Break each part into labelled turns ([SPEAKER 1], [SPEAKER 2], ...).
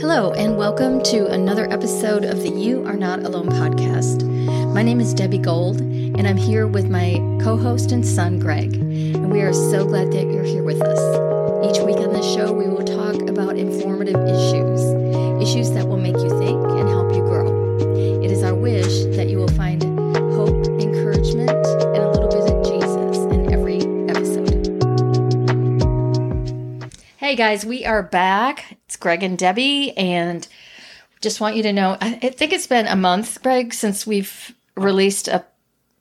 [SPEAKER 1] Hello, and welcome to another episode of the You Are Not Alone podcast. My name is Debbie Gold, and I'm here with my co host and son, Greg. And we are so glad that you're here with us. Each week on this show, we will talk about informative issues, issues that will make you think and help you grow. It is our wish that you will find hope, encouragement, and a little bit of Jesus in every episode. Hey guys, we are back. It's Greg and Debbie, and just want you to know I I think it's been a month, Greg, since we've released a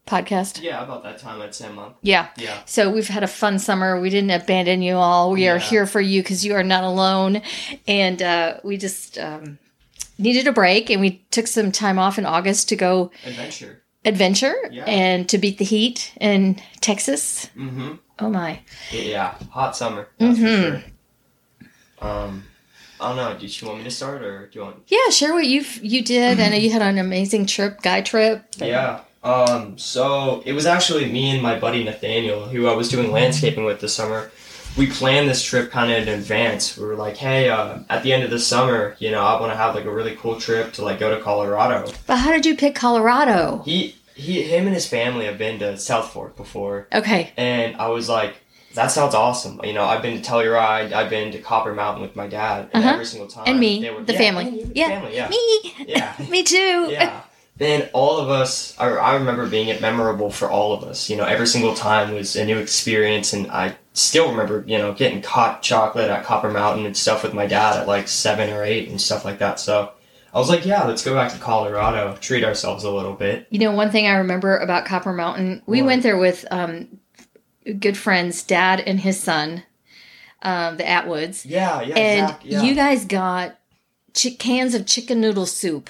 [SPEAKER 1] podcast.
[SPEAKER 2] Yeah, about that time, I'd say a month.
[SPEAKER 1] Yeah.
[SPEAKER 2] Yeah.
[SPEAKER 1] So we've had a fun summer. We didn't abandon you all. We are
[SPEAKER 2] Yeah.
[SPEAKER 1] here for you because you are not alone. And uh, we just um, needed a break, and we took some time off in August to go
[SPEAKER 2] Adventure.
[SPEAKER 1] adventure
[SPEAKER 2] Yeah.
[SPEAKER 1] and to beat the heat in Texas.
[SPEAKER 2] Mm-hmm.
[SPEAKER 1] Oh my.
[SPEAKER 2] Yeah, hot summer. That's
[SPEAKER 1] Mhm.
[SPEAKER 2] for sure. Um, I don't know. Did you want me to start or do you want?
[SPEAKER 1] Yeah, share what you you did. I know you had an amazing trip, guy trip.
[SPEAKER 2] Yeah. Um. So it was actually me and my buddy Nathaniel, who I was doing landscaping with this summer. We planned this trip kind of in advance. We were like, "Hey, uh, at the end of the summer, you know, I want to have like a really cool trip to like go to Colorado."
[SPEAKER 1] But how did you pick Colorado?
[SPEAKER 2] He, he, him, and his family have been to South Fork before,
[SPEAKER 1] Okay.
[SPEAKER 2] and I was like, that sounds awesome. You know, I've been to Telluride, I've been to Copper Mountain with my dad, and
[SPEAKER 1] Uh-huh.
[SPEAKER 2] every single time.
[SPEAKER 1] And me, the
[SPEAKER 2] Uh, yeah,
[SPEAKER 1] family.
[SPEAKER 2] and you, the
[SPEAKER 1] Yeah.
[SPEAKER 2] family, yeah.
[SPEAKER 1] Me.
[SPEAKER 2] Yeah.
[SPEAKER 1] Me too.
[SPEAKER 2] yeah. Then all of us, I, I remember being it memorable for all of us. You know, every single time was a new experience, and I still remember, you know, getting hot chocolate at Copper Mountain and stuff with my dad at like seven or eight and stuff like that. So I was like, yeah, let's go back to Colorado, treat ourselves a little bit.
[SPEAKER 1] You know, one thing I remember about Copper Mountain, we
[SPEAKER 2] What?
[SPEAKER 1] went there with um, good friends, dad and his son, um, the Atwoods.
[SPEAKER 2] Yeah, yeah,
[SPEAKER 1] And
[SPEAKER 2] Zach, yeah.
[SPEAKER 1] you guys got chi- cans of chicken noodle soup,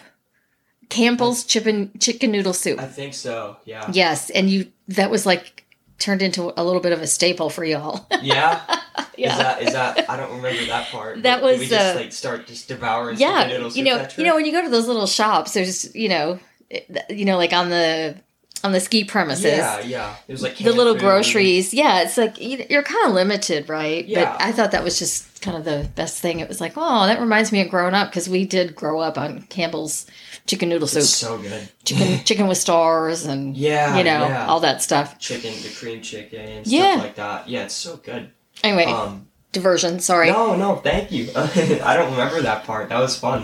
[SPEAKER 1] Campbell's chicken, chicken noodle soup.
[SPEAKER 2] I think so, yeah.
[SPEAKER 1] yes. And you, that was like turned into a little bit of a staple for y'all.
[SPEAKER 2] Yeah?
[SPEAKER 1] yeah.
[SPEAKER 2] Is that is that I don't remember that part.
[SPEAKER 1] That
[SPEAKER 2] but did we
[SPEAKER 1] was,
[SPEAKER 2] just
[SPEAKER 1] uh,
[SPEAKER 2] like start just devouring
[SPEAKER 1] yeah,
[SPEAKER 2] chicken noodles.
[SPEAKER 1] you
[SPEAKER 2] with
[SPEAKER 1] know,
[SPEAKER 2] that
[SPEAKER 1] you know,
[SPEAKER 2] trip?
[SPEAKER 1] when you go to those little shops, there's, you know, it- you know, like on the on the ski premises,
[SPEAKER 2] Yeah, yeah. It was like
[SPEAKER 1] the
[SPEAKER 2] canned
[SPEAKER 1] little
[SPEAKER 2] food.
[SPEAKER 1] groceries. Yeah, it's like you- you're kind of limited, right?
[SPEAKER 2] Yeah.
[SPEAKER 1] But I thought that was just kind of the best thing. It was like, oh, that reminds me of growing up because we did grow up on Campbell's chicken noodle
[SPEAKER 2] It's
[SPEAKER 1] soup,
[SPEAKER 2] so good.
[SPEAKER 1] chicken chicken with stars, and
[SPEAKER 2] Yeah,
[SPEAKER 1] you know,
[SPEAKER 2] yeah.
[SPEAKER 1] all that stuff.
[SPEAKER 2] Chicken, the cream chicken, and
[SPEAKER 1] Yeah.
[SPEAKER 2] stuff like that. Yeah, it's so good.
[SPEAKER 1] Anyway,
[SPEAKER 2] Um,
[SPEAKER 1] diversion. Sorry.
[SPEAKER 2] no, no, thank you. I don't remember that part. That was fun.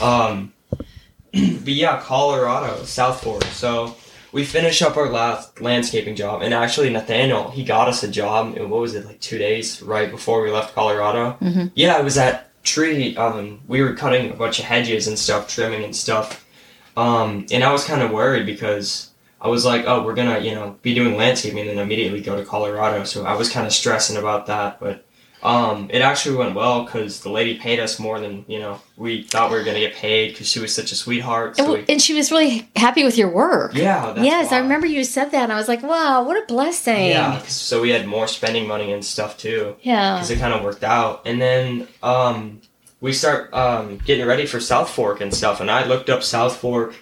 [SPEAKER 2] Um, but yeah, Colorado, South Fork. So we finish up our last landscaping job, and actually Nathaniel he got us a job. In, what was it like two days right before we left Colorado?
[SPEAKER 1] Mhm.
[SPEAKER 2] Yeah, it was that tree. Um, we were cutting a bunch of hedges and stuff, trimming and stuff. Um, and I was kind of worried because I was like, oh, we're gonna you know be doing landscaping and then immediately go to Colorado. So I was kind of stressing about that, but. Um, it actually went well because the lady paid us more than you know we thought we were gonna get paid because she was such a sweetheart.
[SPEAKER 1] And,
[SPEAKER 2] So
[SPEAKER 1] w- and she was really happy with your work.
[SPEAKER 2] we, yeah, that's
[SPEAKER 1] yes, I
[SPEAKER 2] why.
[SPEAKER 1] remember you said that, and I was like, wow, what a blessing.
[SPEAKER 2] Yeah, so we had more spending money and stuff too
[SPEAKER 1] Yeah.
[SPEAKER 2] because it kind of worked out. And then um, we start um, getting ready for South Fork and stuff. And I looked up South Fork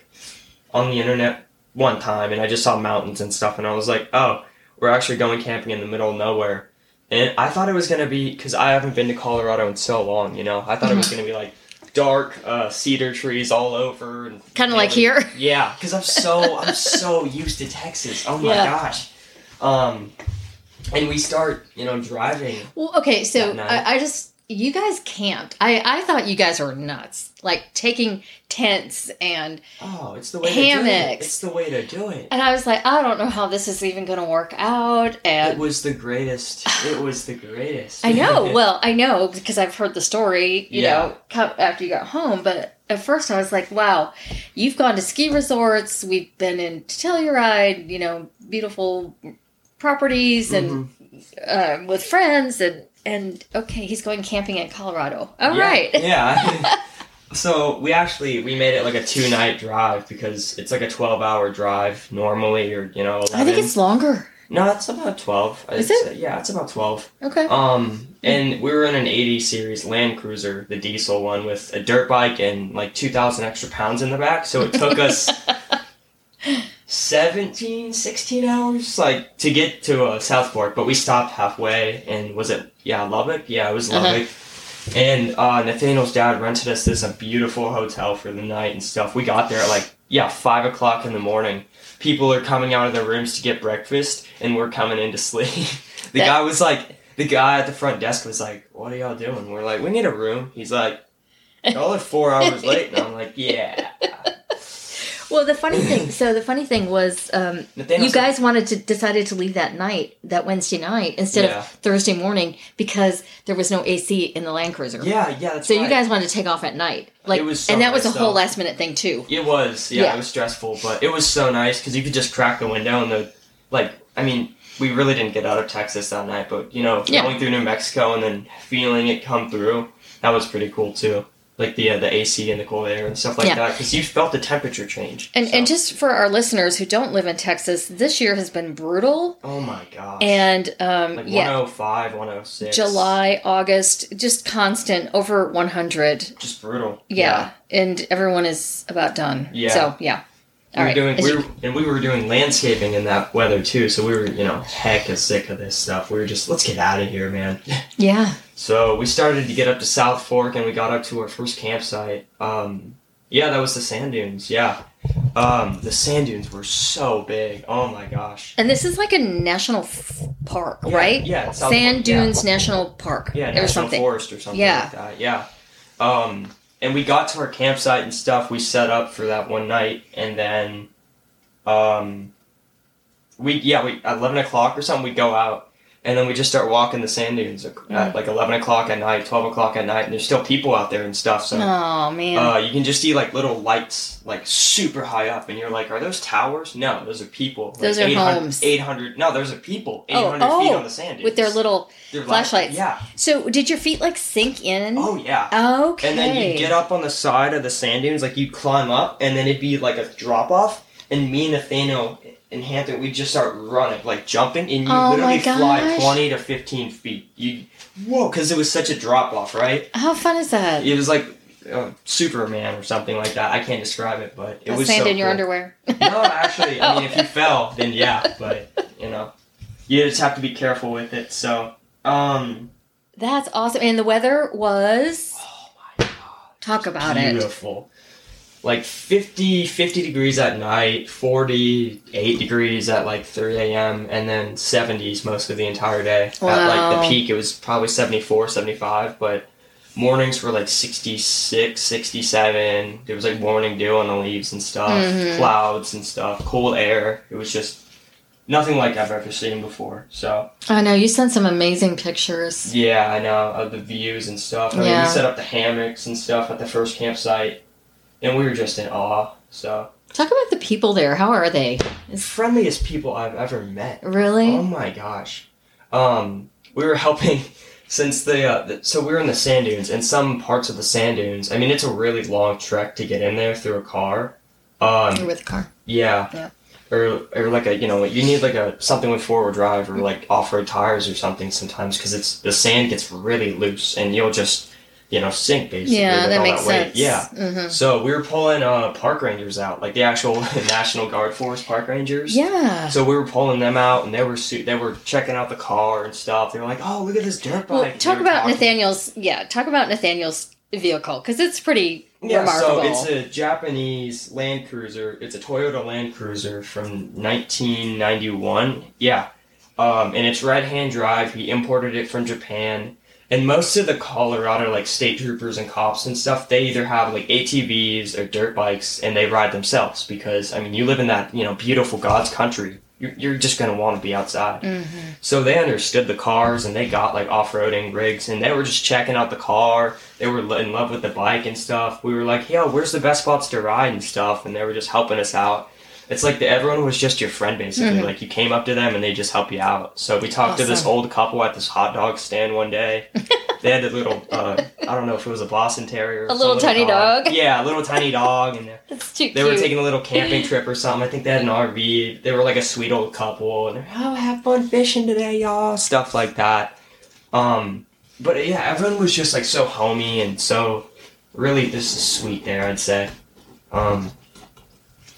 [SPEAKER 2] on the internet one time, and I just saw mountains and stuff. And I was like, oh, we're actually going camping in the middle of nowhere. And I thought it was gonna be because I haven't been to Colorado in so long. You know, I thought it was
[SPEAKER 1] Mm-hmm.
[SPEAKER 2] gonna be like dark uh, cedar trees all over. and
[SPEAKER 1] Kinda like
[SPEAKER 2] really-
[SPEAKER 1] here.
[SPEAKER 2] Yeah, because I'm so I'm so used to Texas. Oh my
[SPEAKER 1] Yeah.
[SPEAKER 2] gosh. Um, and we start, you know, driving.
[SPEAKER 1] Well, okay, so
[SPEAKER 2] That night.
[SPEAKER 1] I, I just you guys camped. I I thought you guys were nuts, like taking tents and
[SPEAKER 2] Oh, it's the way to do it.
[SPEAKER 1] Hammocks.
[SPEAKER 2] It's the way to do it.
[SPEAKER 1] and I was like, I don't know how this is even going to work out.
[SPEAKER 2] It
[SPEAKER 1] And
[SPEAKER 2] was the greatest. It was the greatest.
[SPEAKER 1] I know, well, I know because I've heard the story, you
[SPEAKER 2] Yeah.
[SPEAKER 1] know, co- after you got home. But at first, I was like, wow, you've gone to ski resorts. We've been in Telluride, you know, beautiful properties and
[SPEAKER 2] Mhm.
[SPEAKER 1] uh, with friends and. And okay, he's going camping in Colorado. All
[SPEAKER 2] yeah,
[SPEAKER 1] right.
[SPEAKER 2] yeah. so we actually we made it like a two night drive because it's like a twelve hour drive normally, or you know, 11.
[SPEAKER 1] I think it's longer.
[SPEAKER 2] no, it's about twelve.
[SPEAKER 1] Is
[SPEAKER 2] It's- yeah, it's about twelve.
[SPEAKER 1] Okay.
[SPEAKER 2] Um, and we were in an eighty series Land Cruiser, the diesel one, with a dirt bike and like two thousand extra pounds in the back. So it took us 17 16 hours like to get to uh, south fork but we stopped halfway and was it yeah lubbock yeah it was
[SPEAKER 1] Uh-huh.
[SPEAKER 2] lubbock And uh, Nathaniel's dad rented us this a beautiful hotel for the night and stuff. We got there at like yeah five o'clock in the morning. People are coming out of their rooms to get breakfast, and we're coming in to sleep. the
[SPEAKER 1] That-
[SPEAKER 2] guy was like, the guy at the front desk was like, "What are y'all doing?" We're like, "We need a room." He's like, "Y'all are four hours late," and I'm like, "Yeah."
[SPEAKER 1] Well, the funny thing. So the funny thing was, um, you
[SPEAKER 2] Nathaniel's
[SPEAKER 1] guys wanted to decided to leave that night, that Wednesday night, instead
[SPEAKER 2] Yeah.
[SPEAKER 1] of Thursday morning because there was no AC in the Land Cruiser.
[SPEAKER 2] yeah, yeah. That's
[SPEAKER 1] So you
[SPEAKER 2] right.
[SPEAKER 1] guys wanted to take off at night, like,
[SPEAKER 2] It was
[SPEAKER 1] and that was a
[SPEAKER 2] summer,
[SPEAKER 1] whole
[SPEAKER 2] so-
[SPEAKER 1] last minute thing too.
[SPEAKER 2] It was, yeah,
[SPEAKER 1] Yeah.
[SPEAKER 2] it was stressful, but it was so nice because you could just crack the window and the, like, I mean, we really didn't get out of Texas that night, but you know,
[SPEAKER 1] Yeah.
[SPEAKER 2] going through New Mexico and then feeling it come through, that was pretty cool too. Like the uh, the AC and the cold air and stuff like
[SPEAKER 1] Yeah.
[SPEAKER 2] that, because you felt the temperature change.
[SPEAKER 1] And and
[SPEAKER 2] so-
[SPEAKER 1] just for our listeners who don't live in Texas, this year has been brutal,
[SPEAKER 2] oh my gosh,
[SPEAKER 1] and um,
[SPEAKER 2] like
[SPEAKER 1] yeah,
[SPEAKER 2] 105, 106,
[SPEAKER 1] July, August, just constant over one hundred.
[SPEAKER 2] just brutal.
[SPEAKER 1] Yeah. and everyone is about done.
[SPEAKER 2] Yeah.
[SPEAKER 1] So yeah.
[SPEAKER 2] We
[SPEAKER 1] All
[SPEAKER 2] were
[SPEAKER 1] right.
[SPEAKER 2] doing,
[SPEAKER 1] Is-
[SPEAKER 2] we were, and we were doing landscaping in that weather too. So we were, you know, heck is sick of this stuff. We were just, let's get out of here, man.
[SPEAKER 1] yeah.
[SPEAKER 2] So we started to get up to South Fork, and we got up to our first campsite. Um, yeah, that was the sand dunes. Yeah, um, the sand dunes were so big. Oh my gosh.
[SPEAKER 1] And this is like a national f- park,
[SPEAKER 2] Yeah,
[SPEAKER 1] right?
[SPEAKER 2] Yeah, it's South
[SPEAKER 1] Sand
[SPEAKER 2] Fork, yeah.
[SPEAKER 1] Dunes National Park
[SPEAKER 2] Yeah,
[SPEAKER 1] or
[SPEAKER 2] National
[SPEAKER 1] something.
[SPEAKER 2] Forest or something
[SPEAKER 1] Yeah.
[SPEAKER 2] like that. Yeah. Um, and we got to our campsite and stuff. We set up for that one night, and then, um, we yeah we at eleven o'clock or something we go out, and then we just start walking the sand dunes at
[SPEAKER 1] Mm.
[SPEAKER 2] like eleven o'clock at night, twelve o'clock at night, and there's still people out there and stuff. So.
[SPEAKER 1] Oh man.
[SPEAKER 2] Uh, you can just see like little lights, like super high up, and you're like, "Are those towers? No, those are people. Like,
[SPEAKER 1] Those are
[SPEAKER 2] 800
[SPEAKER 1] homes.
[SPEAKER 2] Eight hundred? No, those are people. Eight
[SPEAKER 1] Oh,
[SPEAKER 2] hundred feet
[SPEAKER 1] oh,
[SPEAKER 2] on the sand dunes
[SPEAKER 1] with their little
[SPEAKER 2] Their light-
[SPEAKER 1] flashlights.
[SPEAKER 2] Yeah.
[SPEAKER 1] So did your feet like sink in?
[SPEAKER 2] Oh yeah.
[SPEAKER 1] Okay.
[SPEAKER 2] And then you get up on the side of the sand dunes, like you climb up, and then it'd be like a drop off, and me and Nathaniel and Hampton, we just start running, like jumping, and you
[SPEAKER 1] Oh,
[SPEAKER 2] literally
[SPEAKER 1] my
[SPEAKER 2] fly
[SPEAKER 1] gosh.
[SPEAKER 2] twenty to fifteen feet. You whoa, because it was such a drop off, right?
[SPEAKER 1] How fun is that?
[SPEAKER 2] It was like uh, Superman or something like that. I can't describe it, but it
[SPEAKER 1] Uh,
[SPEAKER 2] was
[SPEAKER 1] sand
[SPEAKER 2] so
[SPEAKER 1] in your
[SPEAKER 2] cool.
[SPEAKER 1] underwear. Oh,
[SPEAKER 2] No, actually, I mean, if you fell, then yeah, but you know, you just have to be careful with it. So, um,
[SPEAKER 1] That's awesome. And the weather was
[SPEAKER 2] oh my god,
[SPEAKER 1] talk about it.
[SPEAKER 2] beautiful. Like 50, 50 degrees at night, 48 degrees at like 3 a.m., and then 70s most of the entire day. At like
[SPEAKER 1] Wow.
[SPEAKER 2] the peak, it was probably 74, 75, but mornings were like 66, 67. There was like morning dew on the leaves and stuff,
[SPEAKER 1] Mhm.
[SPEAKER 2] clouds and stuff, cold air. It was just nothing like I've ever seen before. So,
[SPEAKER 1] I know you sent some amazing pictures.
[SPEAKER 2] yeah, I know of the views and stuff. I mean,
[SPEAKER 1] Yeah.
[SPEAKER 2] we set up the hammocks and stuff at the first campsite, and we were just in awe. So,
[SPEAKER 1] Talk about the people there. How are they?
[SPEAKER 2] friendliest people I've ever met.
[SPEAKER 1] Really?
[SPEAKER 2] Oh my gosh. Um, we were helping since the, uh, the so we were in the sand dunes and some parts of the sand dunes. I mean, it's a really long trek to get in there through a car. Um,
[SPEAKER 1] with a car.
[SPEAKER 2] yeah.
[SPEAKER 1] Yeah.
[SPEAKER 2] Or, or like a you know you need like a something with four wheel drive or like off road tires or something sometimes because it's the sand gets really loose and you'll just you know sink basically.
[SPEAKER 1] Yeah,
[SPEAKER 2] with
[SPEAKER 1] that
[SPEAKER 2] all
[SPEAKER 1] makes
[SPEAKER 2] weight.
[SPEAKER 1] sense.
[SPEAKER 2] Yeah.
[SPEAKER 1] hmm
[SPEAKER 2] So we were pulling uh, park rangers out, like the actual National Guard Force park rangers.
[SPEAKER 1] Yeah.
[SPEAKER 2] So we were pulling them out, and they were su- they were checking out the car and stuff. They were like, "Oh, look at this dirt bike."
[SPEAKER 1] Well,
[SPEAKER 2] They
[SPEAKER 1] talk
[SPEAKER 2] were
[SPEAKER 1] about
[SPEAKER 2] talking-
[SPEAKER 1] Nathaniel's. Yeah, talk about Nathaniel's vehicle because it's pretty
[SPEAKER 2] Yeah,
[SPEAKER 1] remarkable.
[SPEAKER 2] so it's a Japanese Land Cruiser. It's a Toyota Land Cruiser from 1991. Yeah, um, and it's right-hand drive. He imported it from Japan. And most of the Colorado like state troopers and cops and stuff, they either have like ATVs or dirt bikes, and they ride themselves because I mean, you live in that you know beautiful God's country. You're, you're just gonna want to be outside. So they understood the cars and they got like off roading rigs and they were just checking out the car. They were in love with the bike and stuff. We were like, yo, where's the best spots to ride and stuff? And they were just helping us out. It's like the, everyone was just your friend basically. Like you came up to them and they just help you out. So we talked to this
[SPEAKER 1] Mm-hmm. Awesome.
[SPEAKER 2] old couple at this hot dog stand one day. they had a little, uh, I don't know if it was a Boston Terrier. Or
[SPEAKER 1] A
[SPEAKER 2] some
[SPEAKER 1] little tiny dog.
[SPEAKER 2] Yeah, a little tiny dog. And
[SPEAKER 1] It's too
[SPEAKER 2] they
[SPEAKER 1] cute.
[SPEAKER 2] were taking a little camping trip or something. I think they had an RV. They were like a sweet old couple, and they're, oh, have fun fishing today, y'all. Stuff like that. Um, but yeah, everyone was just like so homey and so really this is sweet there. I'd say. Um,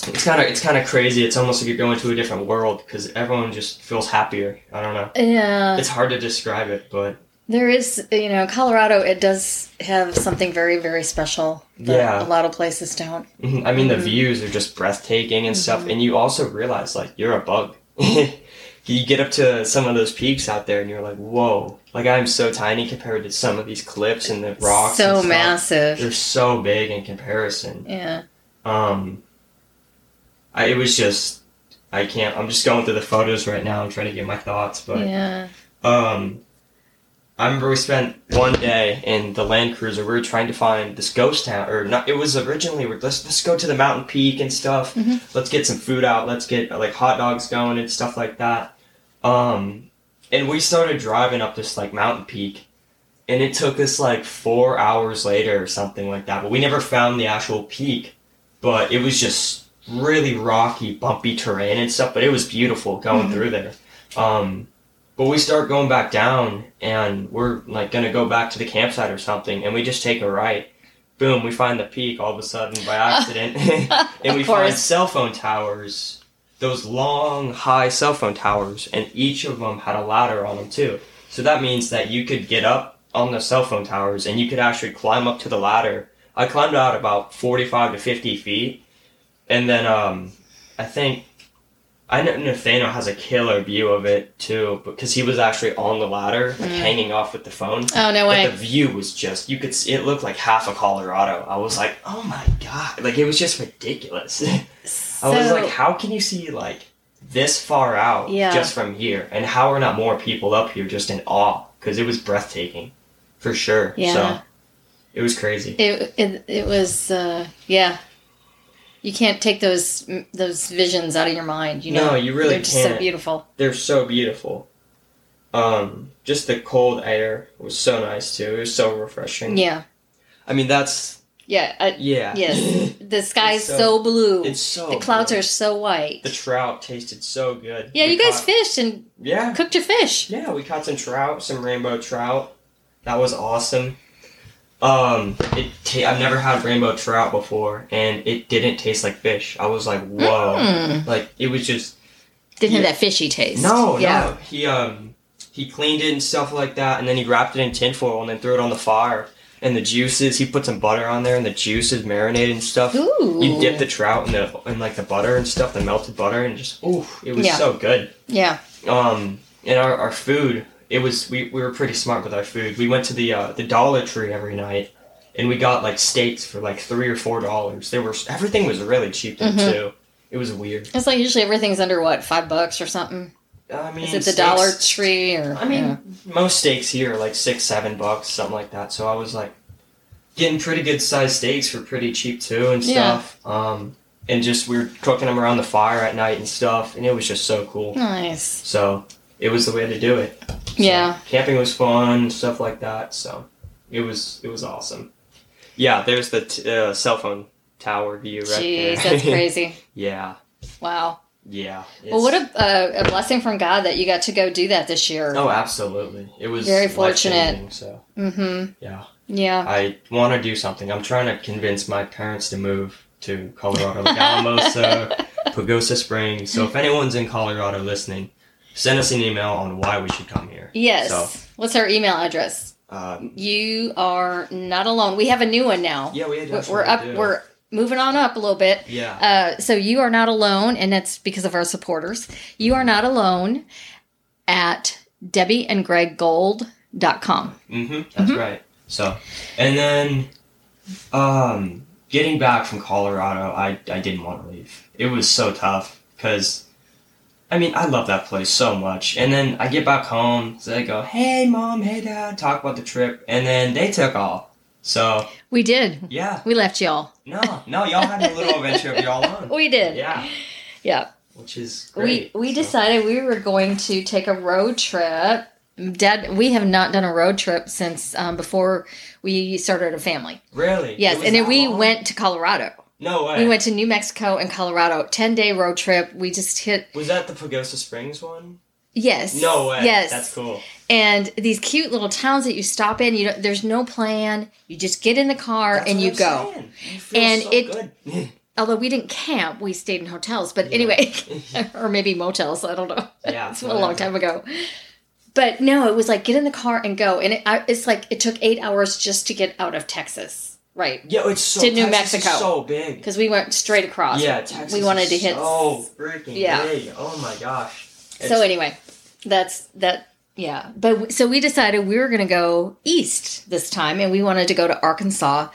[SPEAKER 2] it's kind of it's kind of crazy. It's almost like you're going to a different world because everyone just feels happier. I don't know.
[SPEAKER 1] yeah.
[SPEAKER 2] It's hard to describe it, but
[SPEAKER 1] There is, you know, Colorado, it does have something very, very special that
[SPEAKER 2] Yeah.
[SPEAKER 1] a lot of places don't.
[SPEAKER 2] Mhm. I
[SPEAKER 1] Mm-hmm.
[SPEAKER 2] mean, the views are just breathtaking and stuff, and you also realize like you're a bug. you get up to some of those peaks out there, and you're like, "Whoa!" Like I'm so tiny compared to some of these cliffs and the rocks. and
[SPEAKER 1] so
[SPEAKER 2] stuff.
[SPEAKER 1] massive.
[SPEAKER 2] They're so big in comparison.
[SPEAKER 1] Yeah.
[SPEAKER 2] Um, I, it was just I can't. I'm just going through the photos right now. I'm trying to get my thoughts, but
[SPEAKER 1] yeah.
[SPEAKER 2] um, I remember we spent one day in the Land Cruiser. We were trying to find this ghost town, or not. It was originally we're, let's let's go to the mountain peak and stuff.
[SPEAKER 1] Mhm.
[SPEAKER 2] Let's get some food out. Let's get like hot dogs going and stuff like that. Um, and we started driving up this like mountain peak, and it took us like four hours later or something like that. But we never found the actual peak, but it was just really rocky, bumpy terrain and stuff. But it was beautiful going
[SPEAKER 1] Mhm.
[SPEAKER 2] through there. Um, but we start going back down, and we're like gonna go back to the campsite or something, and we just take a right. Boom! We find the peak all of a sudden by accident, and we
[SPEAKER 1] Of
[SPEAKER 2] find
[SPEAKER 1] course.
[SPEAKER 2] cell phone towers. Those long, high cell phone towers, and each of them had a ladder on them too. So that means that you could get up on the cell phone towers, and you could actually climb up to the ladder. I climbed out about forty-five to fifty feet, and then um, I think I know Nathaniel has a killer view of it too, because he was actually on the ladder, like hanging off with the phone.
[SPEAKER 1] Oh, Mm. no
[SPEAKER 2] But
[SPEAKER 1] way.
[SPEAKER 2] the view was just you could see it looked like half of Colorado. I was like, oh my god. Like it was just ridiculous.
[SPEAKER 1] so,
[SPEAKER 2] I was like, how can you see like this far out
[SPEAKER 1] Yeah.
[SPEAKER 2] just from here? And how are not more people up here just in awe? Because it was breathtaking. For sure.
[SPEAKER 1] Yeah.
[SPEAKER 2] So it was crazy.
[SPEAKER 1] it, it, it was, uh, yeah. You can't take those those visions out of your mind. You know,
[SPEAKER 2] No, you really
[SPEAKER 1] They're just so
[SPEAKER 2] can't.
[SPEAKER 1] beautiful.
[SPEAKER 2] They're so beautiful. Um, just the cold air was so nice too. It was so refreshing.
[SPEAKER 1] Yeah,
[SPEAKER 2] I mean that's
[SPEAKER 1] yeah, I,
[SPEAKER 2] yeah.
[SPEAKER 1] yes. The sky's so,
[SPEAKER 2] It's so-
[SPEAKER 1] blue.
[SPEAKER 2] it's so
[SPEAKER 1] the clouds
[SPEAKER 2] good.
[SPEAKER 1] are so white.
[SPEAKER 2] Oh, the trout tasted so good.
[SPEAKER 1] yeah,
[SPEAKER 2] We
[SPEAKER 1] you guys
[SPEAKER 2] caught-
[SPEAKER 1] fished and
[SPEAKER 2] Yeah.
[SPEAKER 1] cooked your fish.
[SPEAKER 2] Yeah, we caught some trout, some rainbow trout. That was awesome. Um, it ta- I've never had rainbow trout before, and it didn't taste like fish. I was like, whoa!
[SPEAKER 1] Mm.
[SPEAKER 2] Like it was just
[SPEAKER 1] Didn't have
[SPEAKER 2] Yeah.
[SPEAKER 1] that fishy taste.
[SPEAKER 2] no,
[SPEAKER 1] yeah,
[SPEAKER 2] no. He um he cleaned it and stuff like that, and then he wrapped it in tinfoil and then threw it on the fire. And the juices, he put some butter on there, and the juices marinated and stuff.
[SPEAKER 1] Ooh.
[SPEAKER 2] You dip the trout in the in like the butter and stuff, the melted butter, and just ooh, it was
[SPEAKER 1] Yeah.
[SPEAKER 2] so good
[SPEAKER 1] yeah.
[SPEAKER 2] um and our, our food it was we, we were pretty smart with our food we went to the uh, the dollar tree every night and we got like steaks for like three or four dollars there were everything was really cheap there
[SPEAKER 1] Mhm.
[SPEAKER 2] too it was weird
[SPEAKER 1] It's like usually everything's under what five bucks or something.
[SPEAKER 2] i mean
[SPEAKER 1] Is it the
[SPEAKER 2] steaks-
[SPEAKER 1] Dollar Tree or?
[SPEAKER 2] i mean
[SPEAKER 1] yeah.
[SPEAKER 2] most steaks here are like six seven bucks something like that so i was like getting pretty good sized steaks for pretty cheap too and
[SPEAKER 1] Yeah.
[SPEAKER 2] stuff um and just we were cooking them around the fire at night and stuff and it was just so cool
[SPEAKER 1] nice.
[SPEAKER 2] So it was the way to do it. So
[SPEAKER 1] Yeah.
[SPEAKER 2] Camping was fun, stuff like that. So it was it was awesome. Yeah, there's the t- uh, cell phone tower view right there.
[SPEAKER 1] Jeez, that's crazy.
[SPEAKER 2] yeah,
[SPEAKER 1] Wow.
[SPEAKER 2] yeah.
[SPEAKER 1] well, what
[SPEAKER 2] it's-
[SPEAKER 1] a, uh, a blessing from God that you got to go do that this year.
[SPEAKER 2] Oh, absolutely. It was
[SPEAKER 1] Very fortunate.
[SPEAKER 2] life-changing, So
[SPEAKER 1] Mm-hmm.
[SPEAKER 2] yeah,
[SPEAKER 1] Yeah.
[SPEAKER 2] I want to do something. I'm trying to convince my parents to move to Colorado, like Alamosa, Pagosa Springs. So if anyone's in Colorado listening, send us an email on why we should come here.
[SPEAKER 1] Yes.
[SPEAKER 2] So,
[SPEAKER 1] What's our email address?
[SPEAKER 2] um,
[SPEAKER 1] You are not alone. We have a new one now.
[SPEAKER 2] yeah, we.
[SPEAKER 1] We're-
[SPEAKER 2] that's
[SPEAKER 1] we're up.
[SPEAKER 2] what we do.
[SPEAKER 1] We're moving on up a little bit.
[SPEAKER 2] Yeah.
[SPEAKER 1] Uh, so you are not alone, and that's because of our supporters. You are not alone at Debbie and Greg Gold.com.
[SPEAKER 2] hmm That's
[SPEAKER 1] Mm-hmm.
[SPEAKER 2] right. So, and then, um, getting back from Colorado, I, I didn't want to leave. It was so tough because, I mean, I love that place so much. And then I get back home, so they go, "Hey, mom, hey, dad," talk about the trip, and then they took off. So
[SPEAKER 1] We did.
[SPEAKER 2] yeah,
[SPEAKER 1] We left y'all.
[SPEAKER 2] no, no, y'all had a little adventure of y'all own.
[SPEAKER 1] We did.
[SPEAKER 2] Yeah,
[SPEAKER 1] Yeah.
[SPEAKER 2] which is
[SPEAKER 1] we
[SPEAKER 2] great.
[SPEAKER 1] we
[SPEAKER 2] So,
[SPEAKER 1] decided we were going to take a road trip. Dad, we have not done a road trip since um, before we started a family.
[SPEAKER 2] really It
[SPEAKER 1] Yes,
[SPEAKER 2] was
[SPEAKER 1] and then
[SPEAKER 2] that
[SPEAKER 1] we
[SPEAKER 2] long?
[SPEAKER 1] went to Colorado.
[SPEAKER 2] No way.
[SPEAKER 1] We went to New Mexico and Colorado, ten day road trip. We just hit
[SPEAKER 2] Was that the Pagosa Springs one?
[SPEAKER 1] yes,
[SPEAKER 2] No way.
[SPEAKER 1] yes,
[SPEAKER 2] That's cool.
[SPEAKER 1] and these cute little towns that you stop in. You don't, there's no plan. You just get in the car
[SPEAKER 2] That's
[SPEAKER 1] and
[SPEAKER 2] what
[SPEAKER 1] you
[SPEAKER 2] I'm
[SPEAKER 1] go.
[SPEAKER 2] saying. You feel
[SPEAKER 1] And
[SPEAKER 2] so
[SPEAKER 1] it-
[SPEAKER 2] good.
[SPEAKER 1] Although we didn't camp, we stayed in hotels. But anyway, or maybe motels. I don't know.
[SPEAKER 2] Yeah,
[SPEAKER 1] it's been a long
[SPEAKER 2] whatever.
[SPEAKER 1] time ago. But no, it was like get in the car and go. And it, I, it's like it took eight hours just to get out of Texas, right?
[SPEAKER 2] Yeah, it's so
[SPEAKER 1] To New
[SPEAKER 2] Texas is
[SPEAKER 1] Mexico.
[SPEAKER 2] so big.
[SPEAKER 1] Because we went straight across.
[SPEAKER 2] Yeah, Texas.
[SPEAKER 1] we wanted
[SPEAKER 2] is
[SPEAKER 1] to hit.
[SPEAKER 2] so freaking
[SPEAKER 1] Yeah.
[SPEAKER 2] big. Oh my gosh.
[SPEAKER 1] so anyway, that's that. Yeah, but w- so we decided we were going to go east this time, and we wanted to go to Arkansas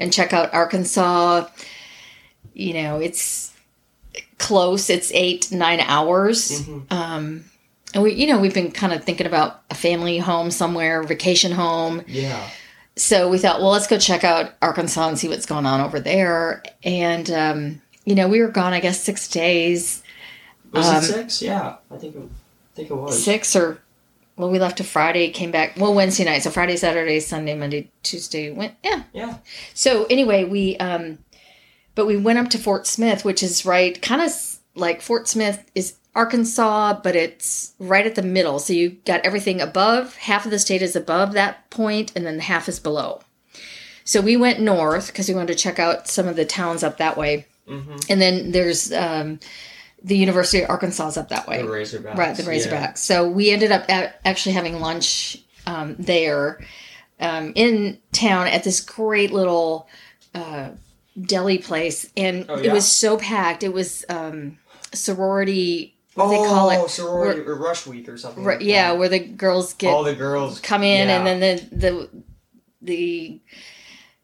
[SPEAKER 1] and check out Arkansas. You know, it's close. It's eight nine hours. Um, and we, you know, we've been kind of thinking about a family home somewhere, vacation home.
[SPEAKER 2] yeah.
[SPEAKER 1] So we thought, well, let's go check out Arkansas and see what's going on over there. And um, you know, we were gone, I guess, six days.
[SPEAKER 2] Was
[SPEAKER 1] Um,
[SPEAKER 2] it six? Yeah, I think it, I think it was.
[SPEAKER 1] six or well, we left a Friday, came back well Wednesday night, so Friday, Saturday, Sunday, Monday, Tuesday. Went yeah.
[SPEAKER 2] Yeah.
[SPEAKER 1] So anyway, we um, but we went up to Fort Smith, which is right, kind of like Fort Smith is Arkansas, but it's right at the middle. So you got everything above. Half of the state is above that point, and then half is below. So we went north because we wanted to check out some of the towns up that way,
[SPEAKER 2] Mm-hmm.
[SPEAKER 1] and then there's um, the University of Arkansas is up that way.
[SPEAKER 2] The Razorbacks.
[SPEAKER 1] Right, the Razorbacks. So we ended up a actually having lunch um, there um, in town at this great little uh, deli place, and
[SPEAKER 2] Oh,
[SPEAKER 1] it
[SPEAKER 2] yeah?
[SPEAKER 1] was so packed. It was um, sorority.
[SPEAKER 2] Yeah.
[SPEAKER 1] What do they call
[SPEAKER 2] Oh,
[SPEAKER 1] it?
[SPEAKER 2] sorority or rush week or something.
[SPEAKER 1] Where-
[SPEAKER 2] like
[SPEAKER 1] yeah,
[SPEAKER 2] that.
[SPEAKER 1] where the girls get
[SPEAKER 2] all the girls
[SPEAKER 1] come in,
[SPEAKER 2] yeah,
[SPEAKER 1] and then the the the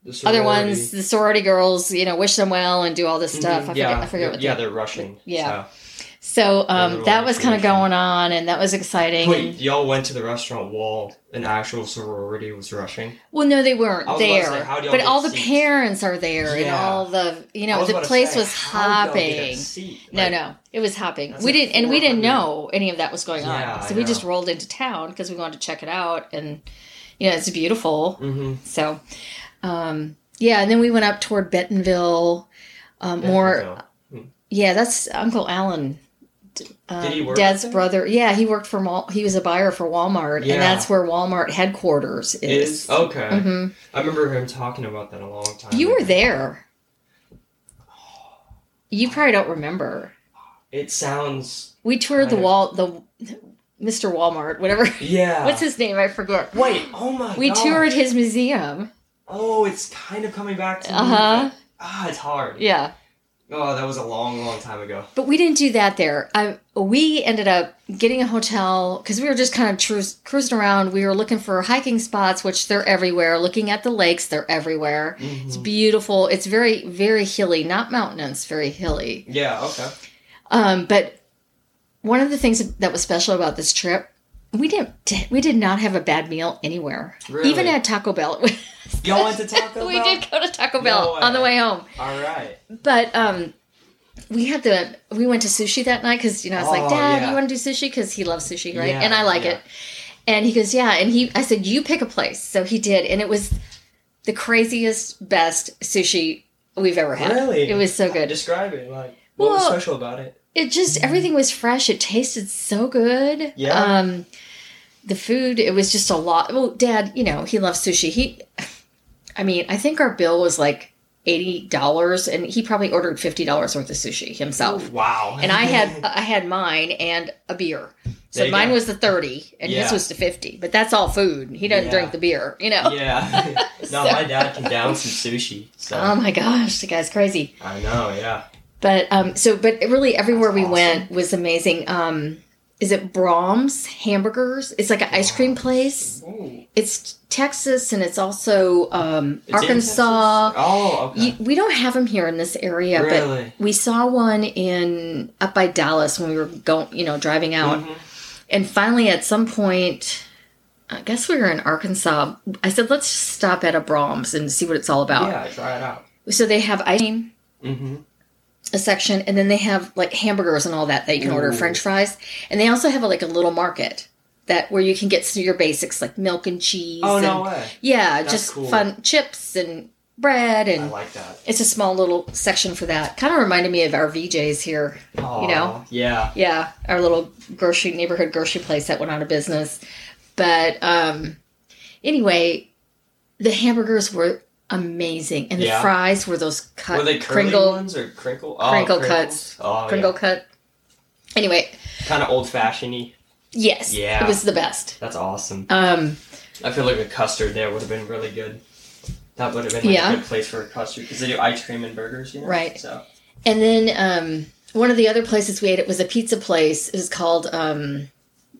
[SPEAKER 2] the
[SPEAKER 1] other
[SPEAKER 2] sorority.
[SPEAKER 1] ones, the sorority girls, you know, wish them well and do all this
[SPEAKER 2] Mhm,
[SPEAKER 1] stuff. I forget,
[SPEAKER 2] yeah,
[SPEAKER 1] I forget what.
[SPEAKER 2] yeah,
[SPEAKER 1] they-
[SPEAKER 2] they're rushing.
[SPEAKER 1] Yeah.
[SPEAKER 2] so.
[SPEAKER 1] so um,
[SPEAKER 2] They're
[SPEAKER 1] that
[SPEAKER 2] all
[SPEAKER 1] was kind of
[SPEAKER 2] information.
[SPEAKER 1] going on, and that was exciting.
[SPEAKER 2] Wait, y'all went to the restaurant while an actual sorority was rushing.
[SPEAKER 1] Well, no, they weren't
[SPEAKER 2] I was about to
[SPEAKER 1] there.
[SPEAKER 2] say, how do y'all
[SPEAKER 1] but
[SPEAKER 2] get
[SPEAKER 1] all the
[SPEAKER 2] seats?
[SPEAKER 1] parents are there, and
[SPEAKER 2] Yeah.
[SPEAKER 1] all the you
[SPEAKER 2] I
[SPEAKER 1] know
[SPEAKER 2] was
[SPEAKER 1] the
[SPEAKER 2] about to
[SPEAKER 1] place
[SPEAKER 2] say,
[SPEAKER 1] was
[SPEAKER 2] how y'all get a
[SPEAKER 1] hopping.
[SPEAKER 2] seat?
[SPEAKER 1] No,
[SPEAKER 2] Like,
[SPEAKER 1] no, it was hopping.
[SPEAKER 2] That's
[SPEAKER 1] We
[SPEAKER 2] like
[SPEAKER 1] didn't, and we didn't
[SPEAKER 2] 400.
[SPEAKER 1] know any of that was going on.
[SPEAKER 2] Yeah, I
[SPEAKER 1] so we just
[SPEAKER 2] know.
[SPEAKER 1] rolled into town because we wanted to check it out, and you know it's beautiful.
[SPEAKER 2] Mhm.
[SPEAKER 1] So, um, yeah, and then we went up toward Bentonville,
[SPEAKER 2] Mm-hmm.
[SPEAKER 1] um, more.
[SPEAKER 2] Bentonville.
[SPEAKER 1] Yeah, that's Uncle Alan. d- Uh,
[SPEAKER 2] Did he work
[SPEAKER 1] Dad's
[SPEAKER 2] up there?
[SPEAKER 1] brother. Yeah, he worked for Mal- he was a buyer for Walmart,
[SPEAKER 2] Yeah.
[SPEAKER 1] and that's where Walmart headquarters is.
[SPEAKER 2] Is Oh, okay.
[SPEAKER 1] hmm
[SPEAKER 2] I remember him talking about that a long time.
[SPEAKER 1] You were
[SPEAKER 2] ago.
[SPEAKER 1] there. You probably don't remember.
[SPEAKER 2] It sounds
[SPEAKER 1] We toured the
[SPEAKER 2] I-
[SPEAKER 1] wall, the Mr. Walmart, whatever.
[SPEAKER 2] yeah.
[SPEAKER 1] What's his name? I forget.
[SPEAKER 2] Wait, oh my
[SPEAKER 1] We
[SPEAKER 2] God.
[SPEAKER 1] toured his museum.
[SPEAKER 2] Oh, it's kind of coming back to me.
[SPEAKER 1] Uh huh.
[SPEAKER 2] but- Ah, it's hard.
[SPEAKER 1] Yeah,
[SPEAKER 2] Oh, that was a long, long time ago.
[SPEAKER 1] but we didn't do that there. I we ended up getting a hotel because we were just kind of tru- cruising around. We were looking for hiking spots, which they're everywhere. Looking at the lakes, they're everywhere. It's
[SPEAKER 2] Mhm.
[SPEAKER 1] beautiful. It's very, very hilly, not mountainous, very hilly.
[SPEAKER 2] Yeah. Okay.
[SPEAKER 1] Um, but one of the things that was special about this trip, we didn't we did not have a bad meal anywhere.
[SPEAKER 2] Really?
[SPEAKER 1] Even at Taco Bell, we
[SPEAKER 2] Y'all went to Taco Bell.
[SPEAKER 1] did go to Taco Bell
[SPEAKER 2] way.
[SPEAKER 1] on the way home.
[SPEAKER 2] All right.
[SPEAKER 1] But um, we had the we went to sushi that night because you know I was
[SPEAKER 2] Oh,
[SPEAKER 1] like, Dad,
[SPEAKER 2] yeah.
[SPEAKER 1] you want to do sushi because he loves sushi, right?
[SPEAKER 2] Yeah,
[SPEAKER 1] and I like
[SPEAKER 2] yeah.
[SPEAKER 1] it. And he goes, Yeah. And he, I said, You pick a place. So he did, and it was the craziest, best sushi we've ever had.
[SPEAKER 2] Really?
[SPEAKER 1] It was so good.
[SPEAKER 2] Describe it. Like, what was
[SPEAKER 1] Well-
[SPEAKER 2] special about it?
[SPEAKER 1] it just everything was fresh. It tasted so good.
[SPEAKER 2] Yeah.
[SPEAKER 1] Um, the food it was just a lot. Well, Dad, you know he loves sushi. He, I mean, I think our bill was like eighty dollars, and he probably ordered fifty dollars worth of sushi himself.
[SPEAKER 2] Oh, Wow.
[SPEAKER 1] oh. And I had I had mine and a beer.
[SPEAKER 2] There
[SPEAKER 1] So
[SPEAKER 2] you
[SPEAKER 1] mine
[SPEAKER 2] go.
[SPEAKER 1] was the thirty, and his
[SPEAKER 2] Yeah.
[SPEAKER 1] was the fifty. But that's all food. He doesn't
[SPEAKER 2] Yeah.
[SPEAKER 1] drink the beer, you know.
[SPEAKER 2] yeah. no,
[SPEAKER 1] oh. So-
[SPEAKER 2] my dad can down some sushi. So
[SPEAKER 1] Oh my gosh, the guy's crazy.
[SPEAKER 2] I know. Yeah.
[SPEAKER 1] But um, so, but really, everywhere we
[SPEAKER 2] That's
[SPEAKER 1] went was amazing. Um, is it Brahms Hamburgers? It's like an ice cream place.
[SPEAKER 2] Ooh.
[SPEAKER 1] It's Texas, and it's also um,
[SPEAKER 2] It's in
[SPEAKER 1] Arkansas.
[SPEAKER 2] Texas? Oh. Okay.
[SPEAKER 1] You, we don't have them here in this area,
[SPEAKER 2] Really?
[SPEAKER 1] but we saw one in up by Dallas when we were going, you know, driving out.
[SPEAKER 2] Mhm.
[SPEAKER 1] And finally, at some point, I guess we were in Arkansas. I said, let's just stop at a Brahms and see what it's all about.
[SPEAKER 2] Yeah. Try it out.
[SPEAKER 1] So they have ice cream.
[SPEAKER 2] Mm-hmm.
[SPEAKER 1] a section and then they have like hamburgers and all that that you can order
[SPEAKER 2] Ooh.
[SPEAKER 1] french fries and they also have like a little market that where you can get some of your basics like milk and cheese
[SPEAKER 2] Oh
[SPEAKER 1] and
[SPEAKER 2] no way.
[SPEAKER 1] yeah
[SPEAKER 2] That's
[SPEAKER 1] just
[SPEAKER 2] cool.
[SPEAKER 1] fun chips and bread
[SPEAKER 2] I
[SPEAKER 1] and
[SPEAKER 2] like that.
[SPEAKER 1] it's a small little section for that kind of reminded me of our vjs here
[SPEAKER 2] Aw,
[SPEAKER 1] You know?
[SPEAKER 2] Yeah.
[SPEAKER 1] yeah our little grocery neighborhood grocery place that went out of business but um anyway the hamburgers were amazing and the
[SPEAKER 2] Yeah.
[SPEAKER 1] fries were those cut
[SPEAKER 2] Were they curly
[SPEAKER 1] kringle
[SPEAKER 2] ones or crinkle? Oh,
[SPEAKER 1] crinkle
[SPEAKER 2] crinkles.
[SPEAKER 1] cuts.
[SPEAKER 2] Oh,
[SPEAKER 1] kringle cut anyway
[SPEAKER 2] Kind of old fashioned y.
[SPEAKER 1] Yes.
[SPEAKER 2] Yeah.
[SPEAKER 1] It was the best.
[SPEAKER 2] That's awesome.
[SPEAKER 1] Um,
[SPEAKER 2] I feel like a custard there would have been really good. That would have been like
[SPEAKER 1] Yeah.
[SPEAKER 2] a good place for a custard because they do ice cream and burgers, you know?
[SPEAKER 1] Right.
[SPEAKER 2] So
[SPEAKER 1] and then um, one of the other places we ate it was a pizza place. It was called um,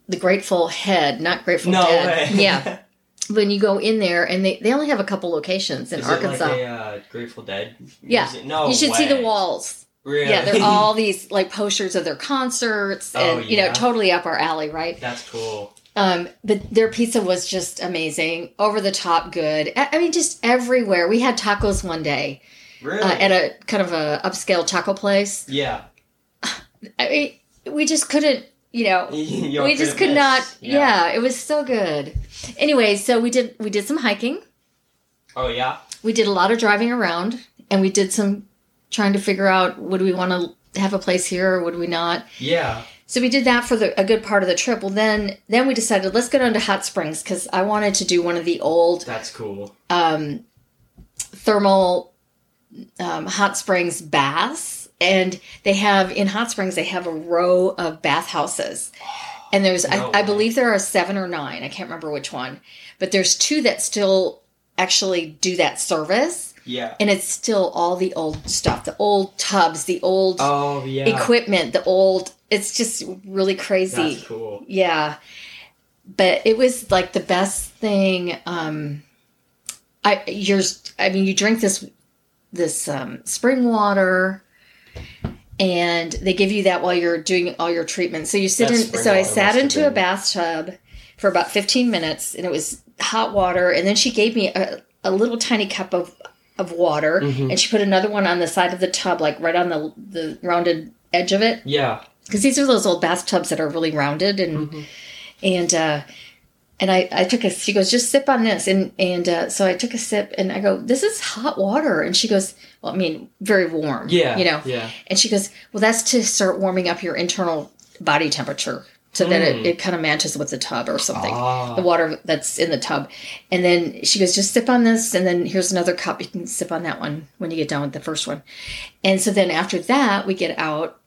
[SPEAKER 1] the Grateful Head, not Grateful
[SPEAKER 2] no
[SPEAKER 1] Dead.
[SPEAKER 2] way.
[SPEAKER 1] Yeah. When you go in there, and they, they only have a couple locations in
[SPEAKER 2] Is
[SPEAKER 1] Arkansas.
[SPEAKER 2] it like a uh, Grateful Dead?
[SPEAKER 1] Yeah.
[SPEAKER 2] music? No.
[SPEAKER 1] you should see the
[SPEAKER 2] way.
[SPEAKER 1] walls.
[SPEAKER 2] Really?
[SPEAKER 1] Yeah, they're all these like posters of their concerts and
[SPEAKER 2] Oh,
[SPEAKER 1] you know,
[SPEAKER 2] yeah.
[SPEAKER 1] totally up our alley, right?
[SPEAKER 2] That's cool.
[SPEAKER 1] Um, but their pizza was just amazing, over the top good. I, I mean, just everywhere. We had tacos one day
[SPEAKER 2] Really?
[SPEAKER 1] uh, at a kind of a upscale taco place.
[SPEAKER 2] yeah.
[SPEAKER 1] I mean, we just couldn't, you know,
[SPEAKER 2] You
[SPEAKER 1] we
[SPEAKER 2] don't
[SPEAKER 1] just
[SPEAKER 2] get
[SPEAKER 1] could
[SPEAKER 2] a
[SPEAKER 1] not.
[SPEAKER 2] miss.
[SPEAKER 1] Yeah. it was so good. Anyway, so we did we did some hiking.
[SPEAKER 2] Oh yeah.
[SPEAKER 1] We did a lot of driving around, and we did some trying to figure out would we want to have a place here or would we not.
[SPEAKER 2] Yeah.
[SPEAKER 1] So we did that for the, a good part of the trip. Well, then then we decided let's go down to hot springs because I wanted to do one of the old
[SPEAKER 2] That's cool.
[SPEAKER 1] um, thermal um, hot springs baths, and they have in hot springs they have a row of bathhouses. And there's,
[SPEAKER 2] No
[SPEAKER 1] I, I
[SPEAKER 2] way.
[SPEAKER 1] believe there are seven or nine. I can't remember which one, but there's two that still actually do that service,
[SPEAKER 2] Yeah.
[SPEAKER 1] and it's still all the old stuff, the old tubs, the old
[SPEAKER 2] Oh yeah.
[SPEAKER 1] equipment, the old. It's just really crazy.
[SPEAKER 2] That's cool.
[SPEAKER 1] Yeah. But it was like the best thing. Um, I yours. I mean, you drink this this um, spring water, and they give you that while you're doing all your treatments. So you sit
[SPEAKER 2] That
[SPEAKER 1] in.
[SPEAKER 2] spring
[SPEAKER 1] So I
[SPEAKER 2] water must
[SPEAKER 1] sat
[SPEAKER 2] have
[SPEAKER 1] into a
[SPEAKER 2] been-
[SPEAKER 1] bathtub for about 15 minutes, and it was hot water. And then she gave me a, a little tiny cup of of water,
[SPEAKER 2] Mhm.
[SPEAKER 1] and she put another one on the side of the tub, like right on the the rounded edge of it
[SPEAKER 2] Yeah.
[SPEAKER 1] because these are those old bathtubs that are really rounded and
[SPEAKER 2] Mm-hmm.
[SPEAKER 1] and uh and I, I took a she goes just sip on this and and uh, so I took a sip and I go this is hot water and she goes well I mean very warm
[SPEAKER 2] Yeah.
[SPEAKER 1] you know
[SPEAKER 2] Yeah.
[SPEAKER 1] and she goes well that's to start warming up your internal body temperature so that it,
[SPEAKER 2] Mm.
[SPEAKER 1] it kind of matches with the tub or something the
[SPEAKER 2] Ah.
[SPEAKER 1] water that's in the tub and then she goes just sip on this and then here's another cup you can sip on that one when you get done with the first one and so then after that we get out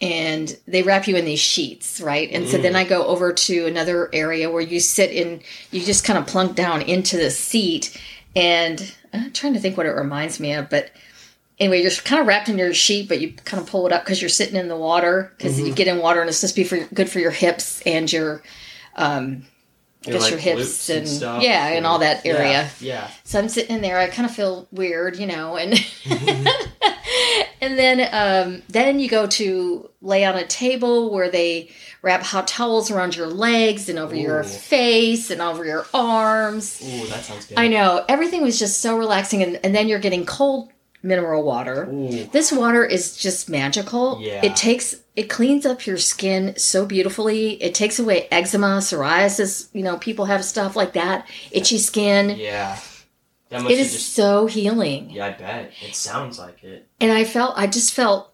[SPEAKER 1] and they wrap you in these sheets right and so then i go over to another area where you sit in you just kind of plunk down into the seat and i'm trying to think what it reminds me of but anyway you're kind of wrapped in your sheet but you kind of pull it up because you're sitting in the water because you get in water and it's supposed to be for, good for your hips and your
[SPEAKER 2] Your,
[SPEAKER 1] guess
[SPEAKER 2] like,
[SPEAKER 1] your hips
[SPEAKER 2] loops
[SPEAKER 1] and,
[SPEAKER 2] stuff
[SPEAKER 1] yeah, and all that area.
[SPEAKER 2] Yeah.
[SPEAKER 1] So I'm sitting there. I kind of feel weird, you know, and and then um, then you go to lay on a table where they wrap hot towels around your legs and over your
[SPEAKER 2] Ooh.
[SPEAKER 1] face and over your arms.
[SPEAKER 2] yeah. Ooh, that sounds good.
[SPEAKER 1] I know everything was just so relaxing, and, and then you're getting cold mineral water.
[SPEAKER 2] Ooh.
[SPEAKER 1] This water is just magical.
[SPEAKER 2] Yeah.
[SPEAKER 1] It takes it cleans up your skin so beautifully. It takes away eczema, psoriasis, you know, people have stuff like that, itchy skin.
[SPEAKER 2] Yeah. That must
[SPEAKER 1] It
[SPEAKER 2] have
[SPEAKER 1] is
[SPEAKER 2] just.
[SPEAKER 1] so healing.
[SPEAKER 2] Yeah, I bet. It sounds like it.
[SPEAKER 1] And I felt I just felt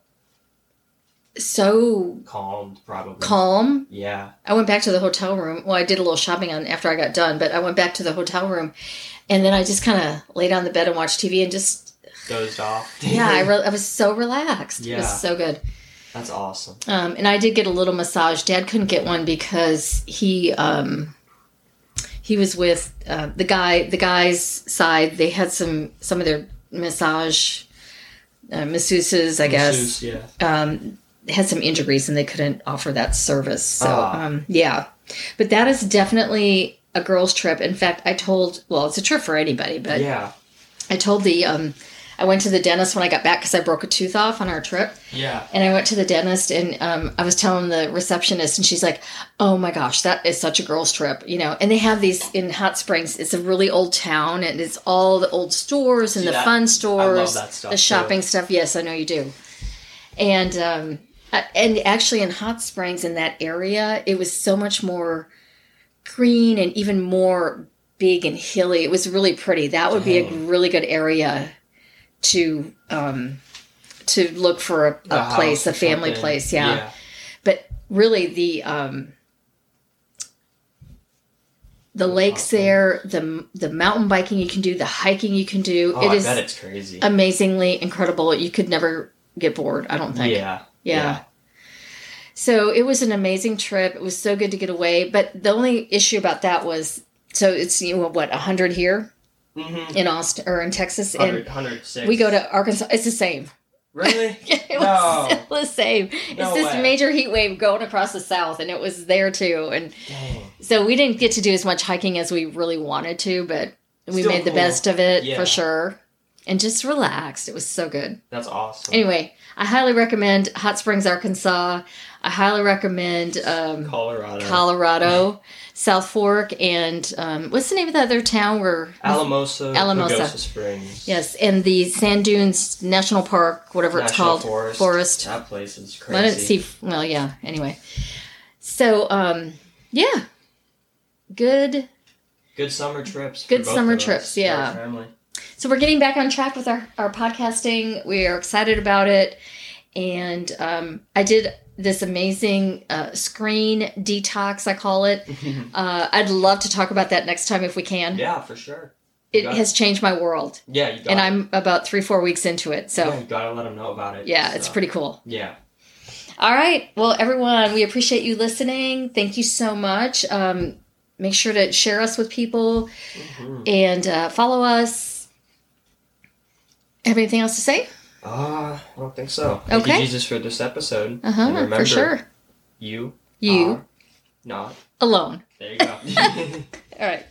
[SPEAKER 1] so
[SPEAKER 2] Calmed, probably.
[SPEAKER 1] calm.
[SPEAKER 2] Yeah.
[SPEAKER 1] I went back to the hotel room. Well, I did a little shopping on after I got done, but I went back to the hotel room and then I just kind of laid on the bed and watched TV and just
[SPEAKER 2] Dozed off.
[SPEAKER 1] yeah, I, re- I was so relaxed. It
[SPEAKER 2] Yeah.
[SPEAKER 1] was so good.
[SPEAKER 2] That's awesome.
[SPEAKER 1] Um, and I did get a little massage. Dad couldn't get one because he um, he was with uh, the guy the guy's side. They had some some of their massage uh, masseuses, I guess,
[SPEAKER 2] Masseuse, yeah.
[SPEAKER 1] um, had some injuries and they couldn't offer that service. So
[SPEAKER 2] Ah.
[SPEAKER 1] um, yeah, but that is definitely a girls' trip. In fact, I told well, it's a trip for anybody, but
[SPEAKER 2] Yeah.
[SPEAKER 1] I told the um, I went to the dentist when I got back because I broke a tooth off on our trip.
[SPEAKER 2] Yeah.
[SPEAKER 1] And I went to the dentist and um, I was telling the receptionist, and she's like, Oh my gosh, that is such a girl's trip, you know. And they have these in Hot Springs. It's a really old town and it's all the old stores and
[SPEAKER 2] See
[SPEAKER 1] the
[SPEAKER 2] that? I
[SPEAKER 1] fun
[SPEAKER 2] love
[SPEAKER 1] stores,
[SPEAKER 2] that stuff,
[SPEAKER 1] the
[SPEAKER 2] too.
[SPEAKER 1] shopping stuff. Yes, I know you do. And, um, I- and actually, in Hot Springs, in that area, it was so much more green and even more big and hilly. It was really pretty. That would be a
[SPEAKER 2] Dang.
[SPEAKER 1] really good area to um, to look for a,
[SPEAKER 2] The
[SPEAKER 1] a
[SPEAKER 2] house
[SPEAKER 1] place, a
[SPEAKER 2] or
[SPEAKER 1] family
[SPEAKER 2] something.
[SPEAKER 1] place. Yeah. but really the um, the lakes
[SPEAKER 2] awesome.
[SPEAKER 1] there, the the mountain biking you can do, the hiking you can do.
[SPEAKER 2] Oh,
[SPEAKER 1] it
[SPEAKER 2] I
[SPEAKER 1] is
[SPEAKER 2] bet it's crazy.
[SPEAKER 1] amazingly incredible. You could never get bored. I don't think.
[SPEAKER 2] yeah.
[SPEAKER 1] Yeah. So it was an amazing trip. It was so good to get away. But the only issue about that was so it's you know what hundred here
[SPEAKER 2] Mm-hmm.
[SPEAKER 1] in Austin or in Texas, and
[SPEAKER 2] 100, 106.
[SPEAKER 1] we go to Arkansas. It's the same.
[SPEAKER 2] Really?
[SPEAKER 1] it was
[SPEAKER 2] No.
[SPEAKER 1] still the same.
[SPEAKER 2] No
[SPEAKER 1] it's this
[SPEAKER 2] way.
[SPEAKER 1] major heat wave going across the South, and it was there too. And
[SPEAKER 2] Dang.
[SPEAKER 1] so we didn't get to do as much hiking as we really wanted to, but we
[SPEAKER 2] Still
[SPEAKER 1] made the
[SPEAKER 2] cool.
[SPEAKER 1] best of it
[SPEAKER 2] Yeah.
[SPEAKER 1] for sure. And just relaxed. It was so good.
[SPEAKER 2] That's awesome.
[SPEAKER 1] Anyway, I highly recommend Hot Springs, Arkansas. I highly recommend um,
[SPEAKER 2] Colorado.
[SPEAKER 1] Colorado, South Fork, and um, what's the name of the other town where?
[SPEAKER 2] Alamosa.
[SPEAKER 1] Alamosa.
[SPEAKER 2] Pagosa Springs.
[SPEAKER 1] Yes, and the Sand Dunes National Park, whatever it's
[SPEAKER 2] National
[SPEAKER 1] called,
[SPEAKER 2] Forest.
[SPEAKER 1] forest.
[SPEAKER 2] That place is crazy.
[SPEAKER 1] I didn't see. Well, yeah. Anyway, so um, yeah, good.
[SPEAKER 2] Good summer trips. for
[SPEAKER 1] Good
[SPEAKER 2] both
[SPEAKER 1] summer
[SPEAKER 2] of us,
[SPEAKER 1] trips,
[SPEAKER 2] for our
[SPEAKER 1] yeah.
[SPEAKER 2] family.
[SPEAKER 1] So we're getting back on track with our our podcasting. We are excited about it, and um, I did this amazing uh, screen detox. I call it. Uh, I'd love to talk about that next time if we can.
[SPEAKER 2] yeah, for sure.
[SPEAKER 1] it
[SPEAKER 2] got
[SPEAKER 1] has changed my world,
[SPEAKER 2] Yeah, you got
[SPEAKER 1] and
[SPEAKER 2] it.
[SPEAKER 1] I'm about three four weeks into it. So.
[SPEAKER 2] Yeah, you gotta let them know about it.
[SPEAKER 1] Yeah, it's
[SPEAKER 2] so.
[SPEAKER 1] pretty cool.
[SPEAKER 2] Yeah.
[SPEAKER 1] All right. Well, everyone, we appreciate you listening. Thank you so much. Um, make sure to share us with people
[SPEAKER 2] Mhm.
[SPEAKER 1] and uh, follow us. Have anything else to say?
[SPEAKER 2] Uh, I don't think so. Thank you,
[SPEAKER 1] Okay.
[SPEAKER 2] Jesus, for this episode.
[SPEAKER 1] Uh
[SPEAKER 2] And
[SPEAKER 1] huh.
[SPEAKER 2] remember, uh-huh.
[SPEAKER 1] For sure.
[SPEAKER 2] You.
[SPEAKER 1] You
[SPEAKER 2] Are not.
[SPEAKER 1] alone.
[SPEAKER 2] There you go.
[SPEAKER 1] All right.